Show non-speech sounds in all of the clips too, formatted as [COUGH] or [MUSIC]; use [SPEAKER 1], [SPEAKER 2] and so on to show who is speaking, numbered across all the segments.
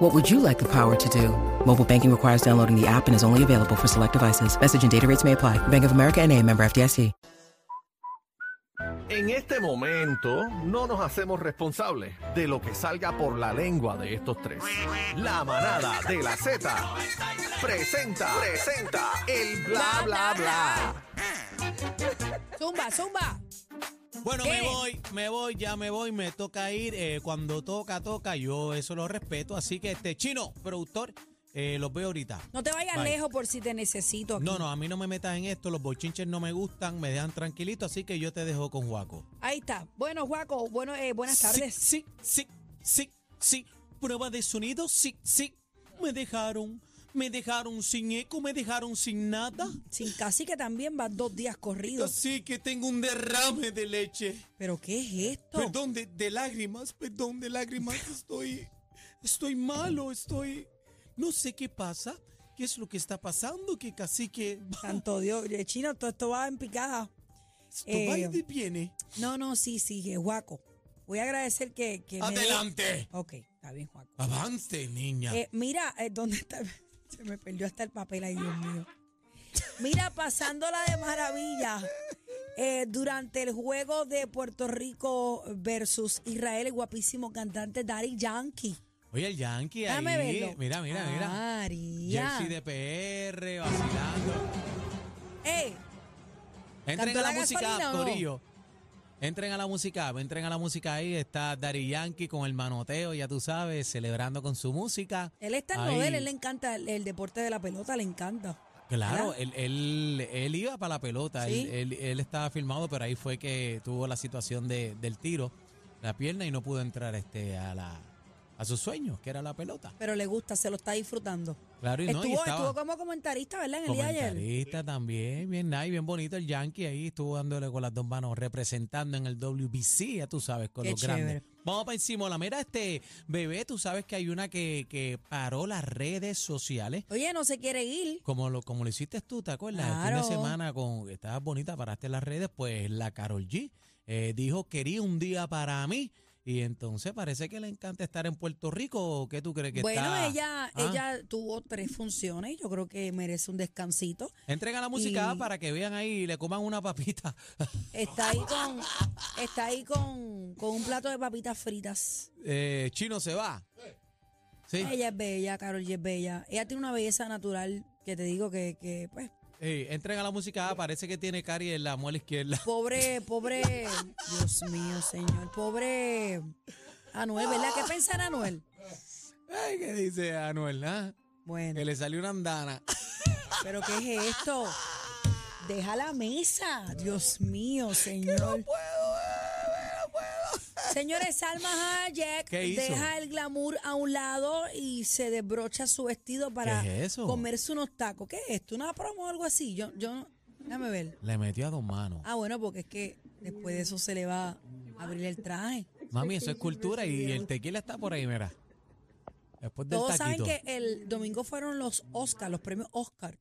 [SPEAKER 1] What would you like the power to do? Mobile banking requires downloading the app and is only available for select devices. Message and data rates may apply. Bank of America and a member FDIC.
[SPEAKER 2] En este momento no nos hacemos responsables de lo que salga por la lengua de estos tres. La manada de la Z presenta, presenta el bla bla bla.
[SPEAKER 3] Zumba, zumba.
[SPEAKER 4] Bueno,
[SPEAKER 3] ¿Qué?
[SPEAKER 4] me voy, me voy, ya me voy, me toca ir. eh, cuando toca, toca, yo eso lo respeto. Así que este chino, productor, eh, los veo ahorita.
[SPEAKER 3] No te vayas
[SPEAKER 4] Bye.
[SPEAKER 3] lejos por si te necesito aquí.
[SPEAKER 4] No, no, a mí no me metas en esto, los bochinches no me gustan, me dejan tranquilito, así que yo te dejo con Juaco.
[SPEAKER 3] Ahí está. Bueno, Juaco, bueno, eh, buenas
[SPEAKER 4] Sí,
[SPEAKER 3] tardes.
[SPEAKER 4] Sí, sí, sí, sí. Prueba de sonido, sí, sí. Me dejaron, me dejaron sin eco, me dejaron sin nada.
[SPEAKER 3] Sin cacique también vas dos días corridos.
[SPEAKER 4] Así que tengo un derrame de leche.
[SPEAKER 3] ¿Pero qué es esto?
[SPEAKER 4] Perdón de, de lágrimas, perdón de lágrimas, estoy, estoy malo, estoy, no sé qué pasa, qué es lo que está pasando, que casi que
[SPEAKER 3] Santo Dios, eh, chino, todo esto va en picada.
[SPEAKER 4] [LAUGHS] esto
[SPEAKER 3] Eh,
[SPEAKER 4] va y de- viene.
[SPEAKER 3] No, no, sí, sí, eh, Juaco. Voy a agradecer que. que me dé-
[SPEAKER 4] Adelante,
[SPEAKER 3] Ok, está bien, Juaco.
[SPEAKER 4] avance, niña.
[SPEAKER 3] Eh, mira, eh, ¿dónde está? [LAUGHS] Se me perdió hasta el papel ahí, Dios mío. Mira, pasándola de maravilla. eh, durante el juego de Puerto Rico versus Israel, el guapísimo cantante Daddy Yankee.
[SPEAKER 4] Oye, el Yankee ahí,
[SPEAKER 3] Déjame verlo.
[SPEAKER 4] mira, mira,
[SPEAKER 3] Ah,
[SPEAKER 4] mira.
[SPEAKER 3] María.
[SPEAKER 4] Jersey de PR, vacilando.
[SPEAKER 3] Ey,
[SPEAKER 4] Entren
[SPEAKER 3] ¿Cantó
[SPEAKER 4] a la,
[SPEAKER 3] la
[SPEAKER 4] música,
[SPEAKER 3] gasolina o no?
[SPEAKER 4] Corillo. Entren a la música, entren a la música ahí. Está Dari Yankee con el manoteo, ya tú sabes, celebrando con su música.
[SPEAKER 3] él está en
[SPEAKER 4] Ahí.
[SPEAKER 3] modelo, él le encanta el, el deporte de la pelota, le encanta.
[SPEAKER 4] Claro,
[SPEAKER 3] ¿Verdad?
[SPEAKER 4] él, él, él iba para la pelota,
[SPEAKER 3] Sí.
[SPEAKER 4] él, él- él estaba filmado, pero ahí fue que tuvo la situación de- del tiro, la pierna, y no pudo entrar este a la a sus sueños, que era la pelota.
[SPEAKER 3] Pero le gusta, se lo está disfrutando.
[SPEAKER 4] Claro, y no, y
[SPEAKER 3] estuvo,
[SPEAKER 4] estaba
[SPEAKER 3] estuvo como comentarista, ¿verdad? En el día de ayer.
[SPEAKER 4] comentarista también, bien nice, bien bonito el Yankee ahí, estuvo dándole con las dos manos, representando en el WBC, ya tú sabes, con
[SPEAKER 3] Qué
[SPEAKER 4] los grandes. Vamos para encima, la mira este bebé, tú sabes que hay una que, que paró las redes sociales
[SPEAKER 3] Oye, no se quiere ir.
[SPEAKER 4] Como lo, como lo hiciste tú, ¿te acuerdas? El
[SPEAKER 3] Claro.
[SPEAKER 4] fin de semana con que estabas bonita, paraste en las redes, pues la Carol G eh, dijo quería un día para mí. Y entonces parece que le encanta estar en Puerto Rico. ¿o ¿Qué tú crees que
[SPEAKER 3] bueno,
[SPEAKER 4] está?
[SPEAKER 3] ella,
[SPEAKER 4] Ah,
[SPEAKER 3] ella tuvo tres funciones, yo creo que merece un descansito.
[SPEAKER 4] Entrega la música
[SPEAKER 3] y-
[SPEAKER 4] para que vean ahí y le coman una papita. [LAUGHS]
[SPEAKER 3] Está ahí con, está ahí con, con un plato de papitas fritas.
[SPEAKER 4] Eh, Chino se va. Sí.
[SPEAKER 3] Ella es bella, Carol, ella es bella. Ella tiene una belleza natural que te digo que, que pues,
[SPEAKER 4] Eh, entrega la música, parece que tiene caries en la muela izquierda. [LAUGHS]
[SPEAKER 3] Pobre, pobre. Dios mío, señor. Pobre Anuel, ¿verdad? ¿Qué pensará Anuel?
[SPEAKER 4] Ay, ¿Qué dice Anuel? ah?
[SPEAKER 3] Bueno,
[SPEAKER 4] Que le salió una andana.
[SPEAKER 3] pero ¿qué es esto? Deja la mesa. Dios mío, señor. Señores, Salma Hayek
[SPEAKER 4] ¿Qué hizo?
[SPEAKER 3] deja el glamour a un lado y se desbrocha su vestido para
[SPEAKER 4] ¿Qué es eso?
[SPEAKER 3] comerse unos tacos. ¿Qué es esto? ¿Una promo o algo así? Yo, yo, no- déjame ver.
[SPEAKER 4] Le metió a dos manos.
[SPEAKER 3] Ah, bueno, porque es que después de eso se le va a abrir el traje.
[SPEAKER 4] Mami, eso es cultura y el tequila está por ahí, mira. Después del
[SPEAKER 3] Todos
[SPEAKER 4] taquito.
[SPEAKER 3] saben que el domingo fueron los Oscar, los premios Oscar.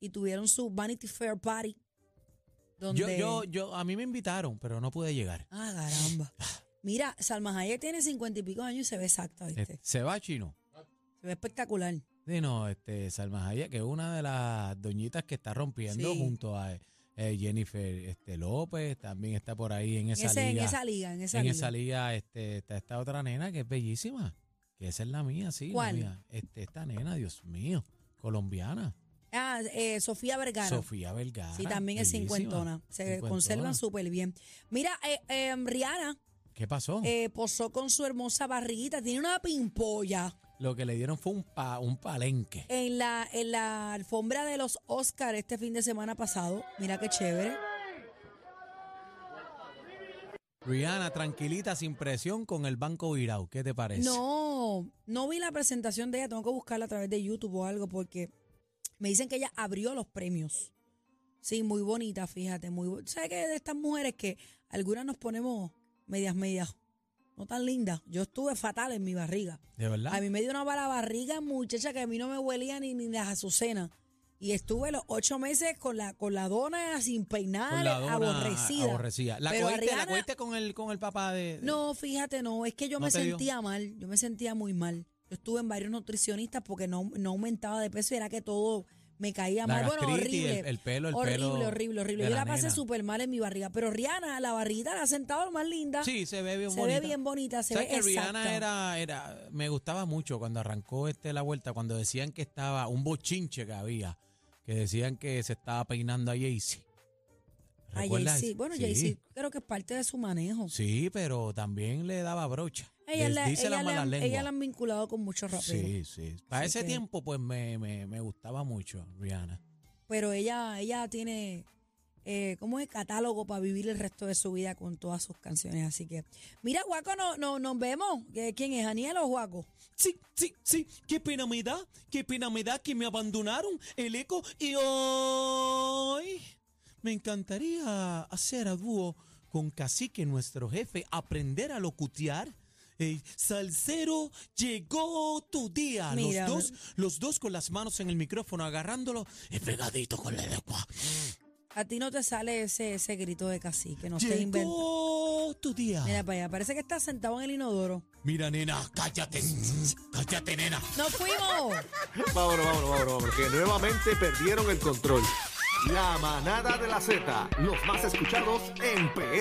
[SPEAKER 3] Y tuvieron su Vanity Fair Party. Donde...
[SPEAKER 4] yo, yo, yo, a mí me invitaron, pero no pude llegar.
[SPEAKER 3] Ah, caramba. Mira, Salma Hayek tiene cincuenta y pico años y se ve exacta,
[SPEAKER 4] Este,
[SPEAKER 3] ¿viste?
[SPEAKER 4] Se va chino.
[SPEAKER 3] Se ve espectacular.
[SPEAKER 4] Sí, no, este, Salma Hayek, que es una de las doñitas que está rompiendo
[SPEAKER 3] Sí.
[SPEAKER 4] junto a eh, Jennifer este, López, también está por ahí en
[SPEAKER 3] En
[SPEAKER 4] esa
[SPEAKER 3] ese- en
[SPEAKER 4] liga.
[SPEAKER 3] esa liga, en esa
[SPEAKER 4] en
[SPEAKER 3] liga.
[SPEAKER 4] esa liga este, está esta otra nena que es bellísima, que esa es la mía, sí. la
[SPEAKER 3] ¿Cuál?
[SPEAKER 4] mía. Este, esta nena, Dios mío, colombiana,
[SPEAKER 3] Ah, eh, Sofía Vergara.
[SPEAKER 4] Sofía Vergara.
[SPEAKER 3] sí, también es
[SPEAKER 4] bellísima,
[SPEAKER 3] cincuentona. Se
[SPEAKER 4] cincuentona.
[SPEAKER 3] conservan súper bien. Mira, eh, eh, Rihanna
[SPEAKER 4] ¿Qué pasó?
[SPEAKER 3] eh, posó con su hermosa barriguita. Tiene una pimpolla.
[SPEAKER 4] Lo que le dieron fue un, pa- un palenque.
[SPEAKER 3] en la, en la alfombra de los Oscars este fin de semana pasado. Mira qué chévere.
[SPEAKER 4] Rihanna, tranquilita, sin presión, con el banco virado. ¿Qué te parece?
[SPEAKER 3] No, no vi la presentación de ella. Tengo que buscarla a través de YouTube o algo porque me dicen que ella abrió los premios. Sí, muy bonita, fíjate, muy bo- ¿Sabes qué? De estas mujeres que algunas nos ponemos medias, medias, no tan lindas. Yo estuve fatal en mi barriga.
[SPEAKER 4] De verdad.
[SPEAKER 3] A mí me dio una mala barriga, muchacha, que a mí no me huelía ni, ni las azucenas. Y estuve los ocho meses con la, con la dona sin peinar,
[SPEAKER 4] Con la dona
[SPEAKER 3] aborrecida.
[SPEAKER 4] aborrecida. ¿La
[SPEAKER 3] Pero a
[SPEAKER 4] cogiste, la
[SPEAKER 3] Rihanna-
[SPEAKER 4] cogiste con, el, con el papá de...? de-
[SPEAKER 3] No, fíjate, no, es que yo
[SPEAKER 4] ¿No
[SPEAKER 3] me
[SPEAKER 4] te dio?
[SPEAKER 3] sentía mal, yo me sentía muy mal. Yo estuve en varios nutricionistas porque no, no aumentaba de peso y era que todo me caía
[SPEAKER 4] La
[SPEAKER 3] mal. Bueno,
[SPEAKER 4] gastritis,
[SPEAKER 3] horrible.
[SPEAKER 4] el- el pelo, el
[SPEAKER 3] horrible,
[SPEAKER 4] pelo
[SPEAKER 3] horrible, horrible.
[SPEAKER 4] de
[SPEAKER 3] Yo
[SPEAKER 4] la
[SPEAKER 3] la pasé
[SPEAKER 4] nena.
[SPEAKER 3] súper mal en mi barriga. Pero Rihanna, la barriguita la ha sentado más linda.
[SPEAKER 4] Sí, se ve bien
[SPEAKER 3] se
[SPEAKER 4] bonita.
[SPEAKER 3] ve bien bonita, se ve
[SPEAKER 4] ¿Sabes que
[SPEAKER 3] exacta.
[SPEAKER 4] Rihanna era, era, me gustaba mucho cuando arrancó este la vuelta, cuando decían que estaba un bochinche que había, que decían que se estaba peinando a Jay-Z.
[SPEAKER 3] A
[SPEAKER 4] ¿Recuerdas
[SPEAKER 3] Jay-Z.
[SPEAKER 4] eso?
[SPEAKER 3] Bueno,
[SPEAKER 4] sí.
[SPEAKER 3] Jay-Z creo que es parte de su manejo.
[SPEAKER 4] Sí, pero también le daba brocha.
[SPEAKER 3] Ella,
[SPEAKER 4] Les
[SPEAKER 3] la,
[SPEAKER 4] dice
[SPEAKER 3] ella
[SPEAKER 4] la
[SPEAKER 3] la-
[SPEAKER 4] mala lengua.
[SPEAKER 3] ella la han vinculado con muchos raperos.
[SPEAKER 4] sí, sí. Para
[SPEAKER 3] Así
[SPEAKER 4] ese
[SPEAKER 3] que-
[SPEAKER 4] tiempo, pues me, me, me gustaba mucho Rihanna.
[SPEAKER 3] Pero ella, ella tiene, eh, ¿cómo es? Catálogo para vivir el resto de su vida con todas sus canciones. Así que, mira, Guaco, no, no, nos vemos. ¿Qué- ¿Quién es? ¿Aniel o Guaco?
[SPEAKER 4] Sí, sí, sí. Qué pena me da, qué pena me da que me abandonaron el eco y hoy me encantaría hacer a dúo con Cacique, nuestro jefe, aprender a locutear. Eh, salsero, llegó tu día.
[SPEAKER 3] Mira,
[SPEAKER 4] los dos, los dos con las manos en el micrófono, agarrándolo y pegadito con la lengua.
[SPEAKER 3] A ti no te sale ese, ese grito de cacique, no te inventando.
[SPEAKER 4] Llegó tu día.
[SPEAKER 3] Mira para allá, parece que estás sentado en el inodoro.
[SPEAKER 4] Mira, nena, cállate. Cállate, nena.
[SPEAKER 3] ¡Nos fuimos!
[SPEAKER 2] Vámonos, vámonos, vámonos, vámonos, que nuevamente perdieron el control. La manada de la Z, los más escuchados en PR.